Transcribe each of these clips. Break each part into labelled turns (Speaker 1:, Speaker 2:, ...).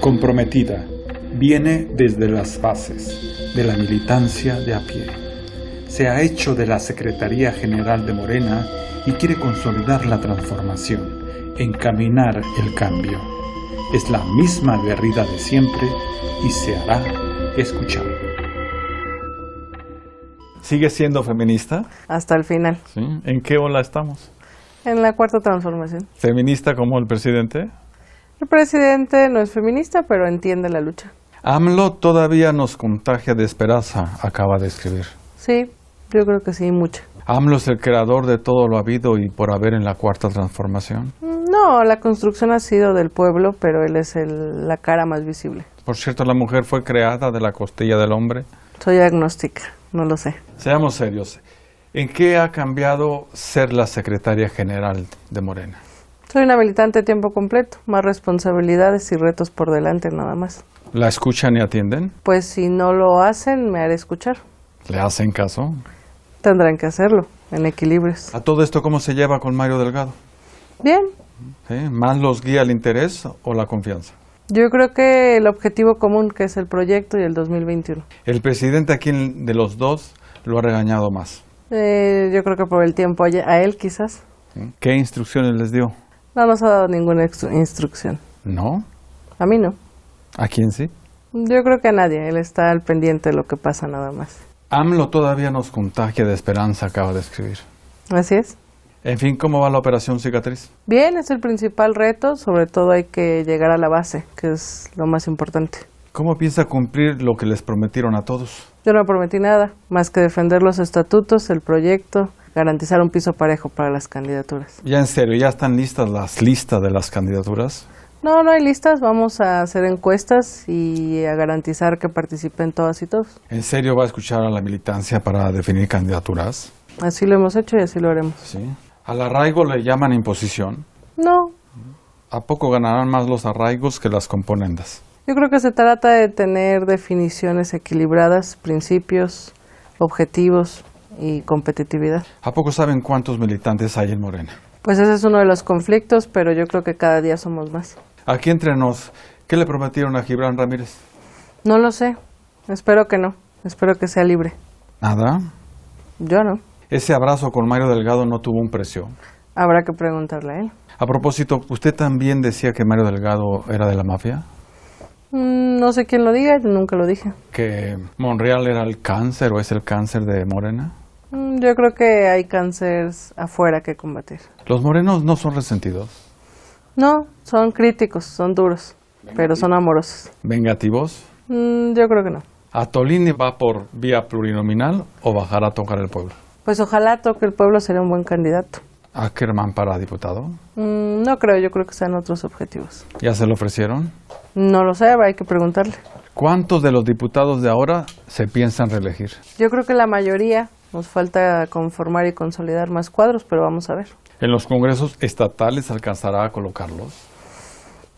Speaker 1: comprometida viene desde las bases de la militancia de a pie. Se ha hecho de la Secretaría General de Morena y quiere consolidar la transformación, encaminar el cambio. Es la misma guerrida de siempre y se hará escuchar.
Speaker 2: ¿Sigue siendo feminista?
Speaker 3: Hasta el final.
Speaker 2: ¿Sí? ¿En qué ola estamos?
Speaker 3: En la cuarta transformación.
Speaker 2: ¿Feminista como el presidente?
Speaker 3: El presidente no es feminista, pero entiende la lucha.
Speaker 2: AMLO todavía nos contagia de esperanza, acaba de escribir.
Speaker 3: Sí, yo creo que sí, mucha.
Speaker 2: AMLO es el creador de todo lo habido y por haber en la cuarta transformación.
Speaker 3: No, la construcción ha sido del pueblo, pero él es el- la cara más visible.
Speaker 2: Por cierto, la mujer fue creada de la costilla del hombre.
Speaker 3: Soy agnóstica, no lo sé.
Speaker 2: Seamos serios. ¿En qué ha cambiado ser la secretaria general de Morena?
Speaker 3: Soy una militante a tiempo completo, más responsabilidades y retos por delante nada más.
Speaker 2: ¿La escuchan y atienden?
Speaker 3: Pues si no lo hacen, me haré escuchar.
Speaker 2: ¿Le hacen caso?
Speaker 3: Tendrán que hacerlo, en equilibrios.
Speaker 2: ¿A todo esto cómo se lleva con Mario Delgado?
Speaker 3: Bien,
Speaker 2: ¿Sí? ¿Más los guía el interés o la confianza?
Speaker 3: yo creo que el objetivo común, que es el proyecto y el 2021.
Speaker 2: El presidente aquí de los dos lo ha regañado más.
Speaker 3: Eh, yo creo que por el tiempo a a él quizás
Speaker 2: ¿sí? ¿Qué instrucciones les dio?
Speaker 3: no nos ha dado ninguna extru- instrucción.
Speaker 2: ¿No?
Speaker 3: A mí no.
Speaker 2: ¿A quién sí?
Speaker 3: Yo creo que a nadie. Él está al pendiente de lo que pasa nada más.
Speaker 2: AMLO todavía nos contagia de esperanza, acaba de escribir.
Speaker 3: Así es.
Speaker 2: En fin, ¿cómo va la operación cicatriz?
Speaker 3: Bien, es el principal reto. Sobre todo hay que llegar a la base, que es lo más importante.
Speaker 2: ¿Cómo piensa cumplir lo que les prometieron a todos?
Speaker 3: Yo no prometí nada, más que defender los estatutos, el proyecto, garantizar un piso parejo para las candidaturas.
Speaker 2: Ya en serio, ya están listas las listas de las candidaturas.
Speaker 3: No, no hay listas. Vamos a hacer encuestas y a garantizar que participen todas y todos.
Speaker 2: ¿En serio va a escuchar a la militancia para definir candidaturas?
Speaker 3: Así lo hemos hecho y así lo haremos.
Speaker 2: Sí. Al arraigo le llaman imposición.
Speaker 3: No,
Speaker 2: ¿A poco ganarán más los arraigos que las componendas?
Speaker 3: Yo creo que se trata de tener definiciones equilibradas, principios, objetivos y competitividad.
Speaker 2: ¿A poco saben cuántos militantes hay en Morena?
Speaker 3: Pues ese es uno de los conflictos, pero yo creo que cada día somos más.
Speaker 2: Aquí entre nos, ¿qué le prometieron a Gibran Ramírez?
Speaker 3: No lo sé, espero que no, espero que sea libre.
Speaker 2: Nada.
Speaker 3: Yo no,
Speaker 2: Ese abrazo con Mario Delgado no tuvo un precio.
Speaker 3: habrá que preguntarle a él.
Speaker 2: A propósito, ¿usted también decía que Mario Delgado era de la mafia?
Speaker 3: Mm, No sé quién lo diga, nunca lo dije.
Speaker 2: ¿Que Monreal era el cáncer o es el cáncer de Morena?
Speaker 3: Mm, Yo creo que hay cánceres afuera que combatir.
Speaker 2: Los morenos no son resentidos,
Speaker 3: No, son críticos, son duros, pero son amorosos.
Speaker 2: vengativos.
Speaker 3: Mm, Yo creo que no.
Speaker 2: ¿A Tolini va por vía plurinominal o bajará a tocar el pueblo?
Speaker 3: Pues ojalá toque el pueblo, sería un buen candidato.
Speaker 2: ¿Ackerman para diputado?
Speaker 3: Mm, No creo, yo creo que sean otros objetivos.
Speaker 2: ¿Ya se lo ofrecieron?
Speaker 3: No lo sé, hay que preguntarle.
Speaker 2: ¿Cuántos de los diputados de ahora se piensan reelegir?
Speaker 3: Yo creo que la mayoría nos falta conformar y consolidar más cuadros, pero vamos a ver.
Speaker 2: ¿En los congresos estatales alcanzará a colocarlos?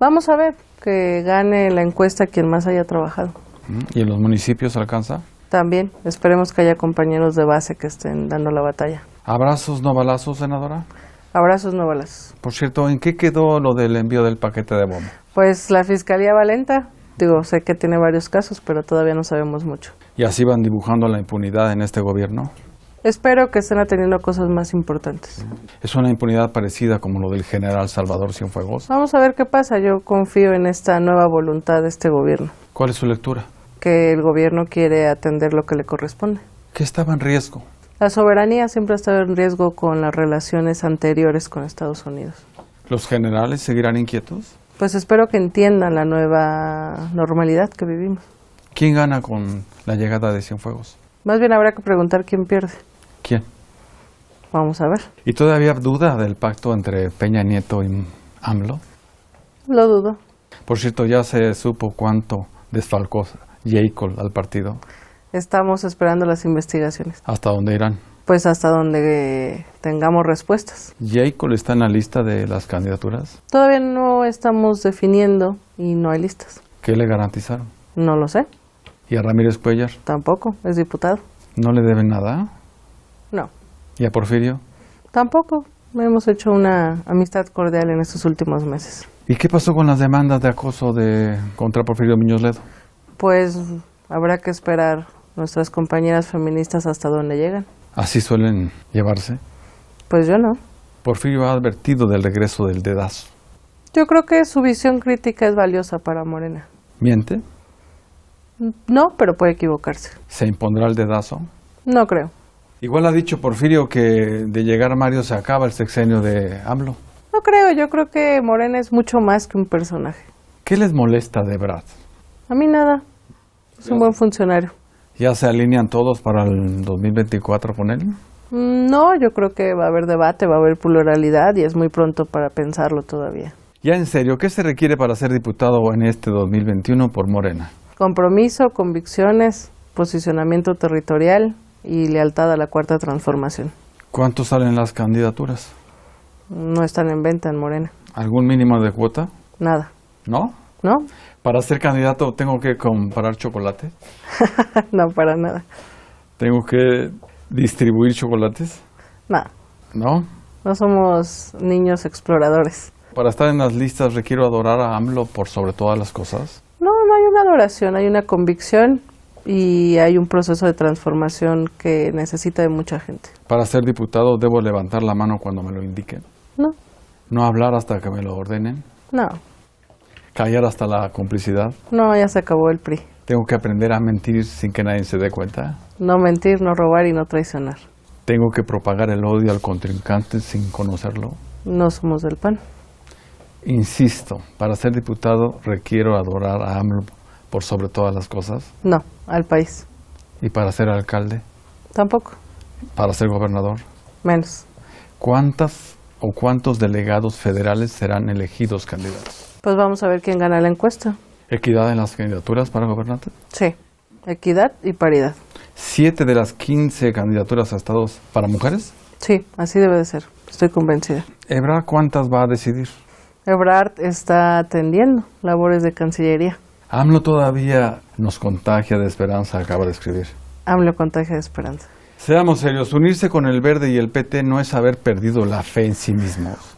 Speaker 3: Vamos a ver que gane la encuesta quien más haya trabajado.
Speaker 2: ¿Mm? ¿Y en los municipios alcanza?
Speaker 3: También esperemos que haya compañeros de base que estén dando la batalla.
Speaker 2: ¿Abrazos, no balazos, senadora?
Speaker 3: Abrazos, no balas.
Speaker 2: Por cierto, ¿en qué quedó lo del envío del paquete de bomba?
Speaker 3: Pues la fiscalía va lenta. Digo, sé que tiene varios casos, pero todavía no sabemos mucho.
Speaker 2: Y así van dibujando la impunidad en este gobierno.
Speaker 3: Espero que estén atendiendo cosas más importantes.
Speaker 2: Es una impunidad parecida como lo del general Salvador Cienfuegos.
Speaker 3: Vamos a ver qué pasa. Yo confío en esta nueva voluntad de este gobierno.
Speaker 2: ¿Cuál es su lectura?
Speaker 3: que el gobierno quiere atender lo que le corresponde.
Speaker 2: ¿Qué estaba en riesgo?
Speaker 3: La soberanía siempre ha estado en riesgo con las relaciones anteriores con Estados Unidos.
Speaker 2: ¿Los generales seguirán inquietos?
Speaker 3: Pues espero que entiendan la nueva normalidad que vivimos.
Speaker 2: ¿Quién gana con la llegada de Cienfuegos?
Speaker 3: Más bien habrá que preguntar quién pierde.
Speaker 2: ¿Quién?
Speaker 3: Vamos a ver.
Speaker 2: ¿Y todavía duda del pacto entre Peña Nieto y AMLO?
Speaker 3: Lo dudo.
Speaker 2: Por cierto, ya se supo cuánto desfalcó Jacob al partido.
Speaker 3: Estamos esperando las investigaciones.
Speaker 2: ¿Hasta dónde irán?
Speaker 3: Pues hasta donde eh, tengamos respuestas.
Speaker 2: ¿Jacob está en la lista de las candidaturas?
Speaker 3: Todavía no estamos definiendo y no hay listas.
Speaker 2: ¿Qué le garantizaron?
Speaker 3: No lo sé.
Speaker 2: ¿Y a Ramírez Cuellar?
Speaker 3: Tampoco. Es diputado.
Speaker 2: ¿No le deben nada?
Speaker 3: No.
Speaker 2: ¿Y a Porfirio?
Speaker 3: Tampoco. Hemos hecho una amistad cordial en estos últimos meses.
Speaker 2: ¿Y qué pasó con las demandas de acoso de contra Porfirio Muñoz Ledo?
Speaker 3: Pues habrá que esperar nuestras compañeras feministas hasta donde llegan.
Speaker 2: Así suelen llevarse.
Speaker 3: Pues yo no.
Speaker 2: Porfirio ha advertido del regreso del dedazo.
Speaker 3: Yo creo que su visión crítica es valiosa para Morena.
Speaker 2: ¿Miente?
Speaker 3: No, pero puede equivocarse.
Speaker 2: ¿Se impondrá el dedazo?
Speaker 3: No creo.
Speaker 2: Igual ha dicho Porfirio que de llegar Mario se acaba el sexenio de AMLO.
Speaker 3: No creo, yo creo que Morena es mucho más que un personaje.
Speaker 2: ¿Qué les molesta de Brad?
Speaker 3: A mí nada. Es un buen funcionario.
Speaker 2: ¿Ya se alinean todos para el 2024 con él?
Speaker 3: Mm, No, yo creo que va a haber debate, va a haber pluralidad y es muy pronto para pensarlo todavía.
Speaker 2: Ya en serio, ¿qué se requiere para ser diputado en este 2021 por Morena?
Speaker 3: Compromiso, convicciones, posicionamiento territorial y lealtad a la cuarta transformación.
Speaker 2: ¿Cuántos salen las candidaturas?
Speaker 3: No están en venta en Morena.
Speaker 2: ¿Algún mínimo de cuota?
Speaker 3: Nada.
Speaker 2: ¿No?
Speaker 3: ¿No?
Speaker 2: ¿Para ser candidato tengo que comprar chocolate?
Speaker 3: no, para nada.
Speaker 2: ¿Tengo que distribuir chocolates?
Speaker 3: Nada.
Speaker 2: ¿No?
Speaker 3: No somos niños exploradores.
Speaker 2: Para estar en las listas requiero adorar a AMLO por sobre todas las cosas.
Speaker 3: No, no hay una adoración, hay una convicción y hay un proceso de transformación que necesita de mucha gente.
Speaker 2: Para ser diputado debo levantar la mano cuando me lo indiquen.
Speaker 3: No,
Speaker 2: No hablar hasta que me lo ordenen.
Speaker 3: no,
Speaker 2: Callar hasta la complicidad.
Speaker 3: no, ya se acabó el PRI.
Speaker 2: Tengo que aprender a mentir sin que nadie se dé cuenta.
Speaker 3: No mentir, no robar y no traicionar.
Speaker 2: Tengo que propagar el odio al contrincante sin conocerlo.
Speaker 3: No somos del PAN.
Speaker 2: Insisto, para ser diputado requiero adorar a AMLO por sobre todas las cosas.
Speaker 3: No, al país.
Speaker 2: Y para ser alcalde,
Speaker 3: Tampoco.
Speaker 2: para ser gobernador,
Speaker 3: Menos.
Speaker 2: ¿cuántas o cuántos delegados federales serán elegidos candidatos?
Speaker 3: Pues vamos a ver quién gana la encuesta.
Speaker 2: Equidad en las candidaturas para gobernante.
Speaker 3: Sí. Equidad y paridad.
Speaker 2: Siete de las 15 candidaturas a estados para mujeres.
Speaker 3: Sí, así debe de ser. Estoy convencida.
Speaker 2: Ebra, ¿cuántas va a decidir?
Speaker 3: Ebrard está atendiendo labores de Cancillería.
Speaker 2: AMLO todavía nos contagia de esperanza, acaba de escribir.
Speaker 3: AMLO contagia de esperanza.
Speaker 2: Seamos serios, unirse con el verde y el PT no es haber perdido la fe en sí mismos.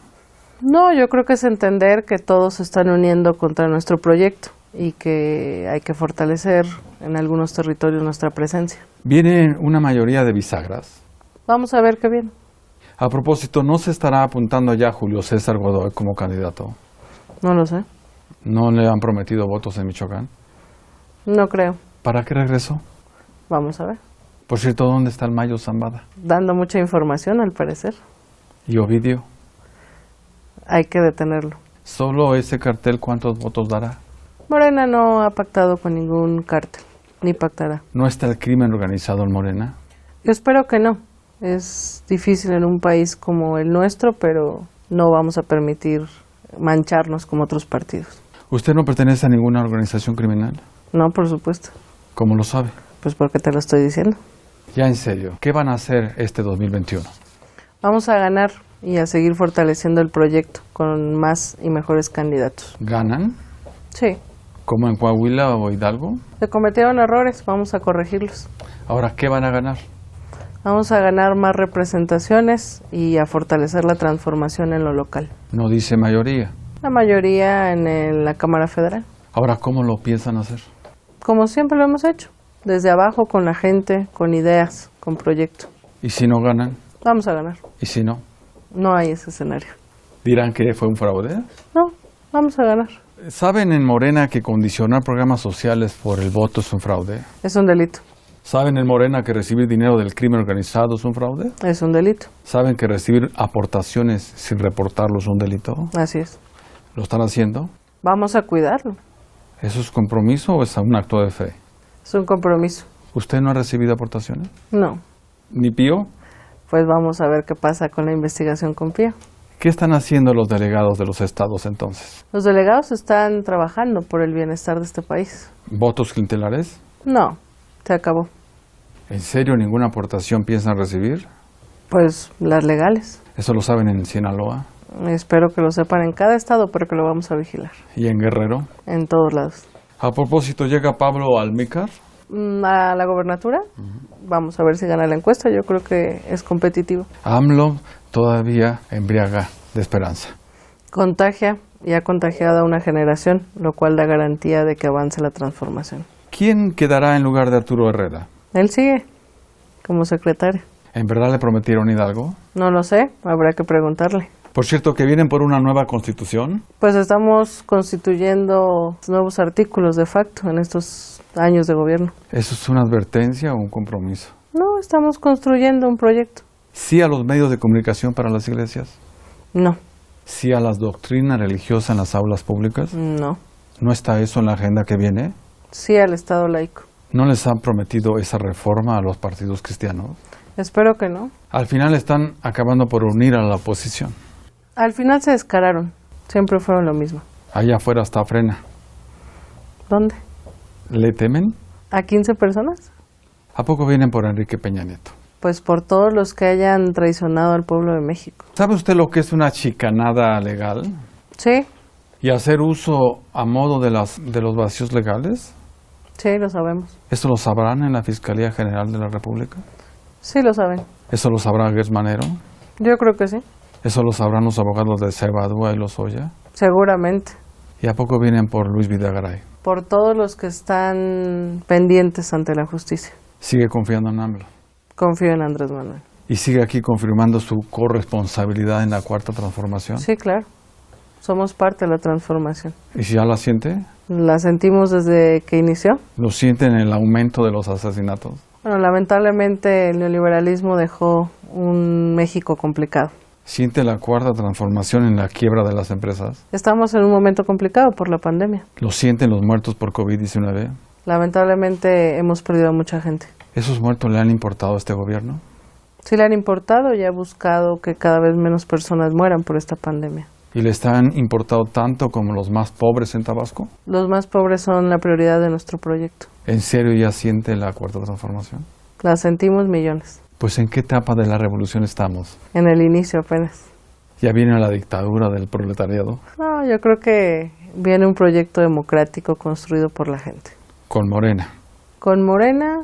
Speaker 3: No, yo creo que es entender que todos se están uniendo contra nuestro proyecto y que hay que fortalecer en algunos territorios nuestra presencia.
Speaker 2: Viene una mayoría de bisagras.
Speaker 3: Vamos a ver qué viene.
Speaker 2: A propósito, ¿no se estará apuntando ya Julio César Godoy como candidato?
Speaker 3: No lo sé.
Speaker 2: ¿No le han prometido votos en Michoacán?
Speaker 3: No creo.
Speaker 2: ¿Para qué regresó?
Speaker 3: Vamos a ver.
Speaker 2: Por cierto, ¿dónde está el Mayo Zambada?
Speaker 3: Dando mucha información, al parecer.
Speaker 2: ¿Y Ovidio?
Speaker 3: Hay que detenerlo.
Speaker 2: ¿Solo ese cartel cuántos votos dará?
Speaker 3: Morena no ha pactado con ningún cártel, ni pactará.
Speaker 2: ¿No está el crimen organizado en Morena?
Speaker 3: Yo espero que no. Es difícil en un país como el nuestro, pero no vamos a permitir mancharnos como otros partidos.
Speaker 2: ¿Usted no pertenece a ninguna organización criminal?
Speaker 3: No, por supuesto.
Speaker 2: ¿Cómo lo sabe?
Speaker 3: Pues porque te lo estoy diciendo.
Speaker 2: Ya en serio, ¿qué van a hacer este 2021?
Speaker 3: Vamos a ganar y a seguir fortaleciendo el proyecto con más y mejores candidatos.
Speaker 2: ¿Ganan?
Speaker 3: Sí,
Speaker 2: ¿Como en Coahuila o Hidalgo?
Speaker 3: se cometieron errores, vamos a corregirlos.
Speaker 2: Ahora, ¿qué van a ganar?
Speaker 3: Vamos a ganar más representaciones y a fortalecer la transformación en lo local.
Speaker 2: No dice mayoría.
Speaker 3: La mayoría en el- la Cámara Federal,
Speaker 2: Ahora, ¿cómo lo piensan hacer?
Speaker 3: como siempre lo hemos hecho, desde abajo con la gente, con ideas, con proyecto.
Speaker 2: ¿Y si no ganan?
Speaker 3: Vamos a ganar,
Speaker 2: ¿Y si no?
Speaker 3: no hay ese escenario.
Speaker 2: ¿Dirán que fue un fraude?
Speaker 3: No, vamos a ganar,
Speaker 2: ¿Saben en Morena que condicionar programas sociales por el voto es un fraude?
Speaker 3: es un delito,
Speaker 2: ¿Saben en Morena que recibir dinero del crimen organizado es un fraude?
Speaker 3: es un delito,
Speaker 2: ¿Saben que recibir aportaciones sin reportarlo es un delito?
Speaker 3: así es.
Speaker 2: ¿Lo están haciendo?
Speaker 3: Vamos a cuidarlo,
Speaker 2: ¿Eso es compromiso o es un acto de fe?
Speaker 3: es un compromiso.
Speaker 2: ¿Usted no ha recibido aportaciones?
Speaker 3: No,
Speaker 2: ¿Ni pío?
Speaker 3: pues vamos a ver qué pasa con la investigación con PIA.
Speaker 2: ¿Qué están haciendo los delegados de los estados entonces?
Speaker 3: Los delegados están trabajando por el bienestar de este país.
Speaker 2: ¿Votos clientelares?
Speaker 3: No, se acabó.
Speaker 2: ¿En serio ninguna aportación piensan recibir?
Speaker 3: Pues las legales.
Speaker 2: Eso lo saben en Sinaloa
Speaker 3: Espero que lo sepan en cada estado, pero que lo vamos a vigilar
Speaker 2: y en Guerrero.
Speaker 3: en todos lados.
Speaker 2: A propósito, llega Pablo Almícar.
Speaker 3: Mm, A la gobernatura, vamos a ver si gana la encuesta. Yo creo que es competitivo.
Speaker 2: AMLO todavía embriaga de esperanza.
Speaker 3: Contagia y ha contagiado a una generación, lo cual da garantía de que avance la transformación.
Speaker 2: ¿Quién quedará en lugar de Arturo Herrera?
Speaker 3: Él sigue como secretario.
Speaker 2: ¿En verdad le prometieron Hidalgo?
Speaker 3: No lo sé, habrá que preguntarle.
Speaker 2: Por cierto, que vienen por una nueva constitución.
Speaker 3: Pues estamos constituyendo nuevos artículos de facto en estos años de gobierno.
Speaker 2: ¿Eso es una advertencia o un compromiso?
Speaker 3: No, estamos construyendo un proyecto.
Speaker 2: ¿Sí a los medios de comunicación para las iglesias?
Speaker 3: No,
Speaker 2: ¿Sí a las doctrinas religiosas en las aulas públicas?
Speaker 3: no.
Speaker 2: ¿No está eso en la agenda que viene?
Speaker 3: Sí al Estado laico.
Speaker 2: ¿No les han prometido esa reforma a los partidos cristianos?
Speaker 3: Espero que no.
Speaker 2: Al final están acabando por unir a la oposición.
Speaker 3: Al final se descararon. Siempre fueron lo mismo.
Speaker 2: Allá afuera está frena.
Speaker 3: ¿Dónde?
Speaker 2: ¿Le temen?
Speaker 3: ¿A 15 personas?
Speaker 2: ¿A poco vienen por Enrique Peña Nieto?
Speaker 3: Pues por todos los que hayan traicionado al pueblo de México.
Speaker 2: ¿Sabe usted lo que es una chicanada legal?
Speaker 3: Sí,
Speaker 2: ¿Y hacer uso a modo de, las, de los vacíos legales?
Speaker 3: sí, lo sabemos.
Speaker 2: ¿Eso lo sabrán en la Fiscalía General de la República?
Speaker 3: Sí, lo saben.
Speaker 2: ¿Eso lo sabrá Gersmanero?
Speaker 3: Yo creo que sí.
Speaker 2: ¿Eso lo sabrán los abogados de Cebadúa y Lozoya?
Speaker 3: Seguramente.
Speaker 2: ¿Y a poco vienen por Luis Vidagaray?
Speaker 3: Por todos los que están pendientes ante la justicia.
Speaker 2: Sigue confiando en AMLO.
Speaker 3: Confío en Andrés Manuel.
Speaker 2: Y sigue aquí confirmando su corresponsabilidad en la cuarta transformación.
Speaker 3: Sí, claro. Somos parte de la transformación.
Speaker 2: ¿Y si ya la siente?
Speaker 3: La sentimos desde que inició.
Speaker 2: ¿Lo siente en el aumento de los asesinatos?
Speaker 3: Bueno, lamentablemente el neoliberalismo dejó un México complicado.
Speaker 2: ¿Siente la cuarta transformación en la quiebra de las empresas?
Speaker 3: Estamos en un momento complicado por la pandemia.
Speaker 2: ¿Lo sienten los muertos por COVID-19?
Speaker 3: Lamentablemente hemos perdido a mucha gente.
Speaker 2: ¿Esos muertos le han importado a este gobierno?
Speaker 3: Sí le han importado y ha buscado que cada vez menos personas mueran por esta pandemia.
Speaker 2: ¿Y le están importado tanto como los más pobres en Tabasco?
Speaker 3: Los más pobres son la prioridad de nuestro proyecto.
Speaker 2: ¿En serio ya siente la cuarta transformación?
Speaker 3: La sentimos millones.
Speaker 2: Pues ¿en qué etapa de la revolución estamos?
Speaker 3: En el inicio apenas.
Speaker 2: ¿Ya viene la dictadura del proletariado?
Speaker 3: No, yo creo que viene un proyecto democrático construido por la gente.
Speaker 2: Con Morena.
Speaker 3: Con Morena,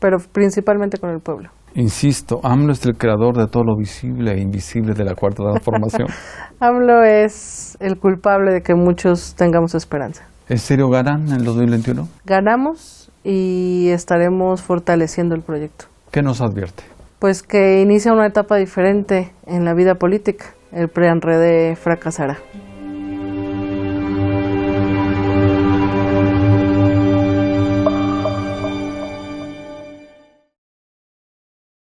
Speaker 3: pero principalmente con el pueblo.
Speaker 2: Insisto, AMLO es el creador de todo lo visible e invisible de la cuarta transformación.
Speaker 3: AMLO es el culpable de que muchos tengamos esperanza.
Speaker 2: ¿En serio ganan en el 2021?
Speaker 3: Ganamos y estaremos fortaleciendo el proyecto.
Speaker 2: ¿Qué nos advierte?
Speaker 3: Pues E que inicia una etapa diferente en la vida política. El PRI-ANRED fracasará.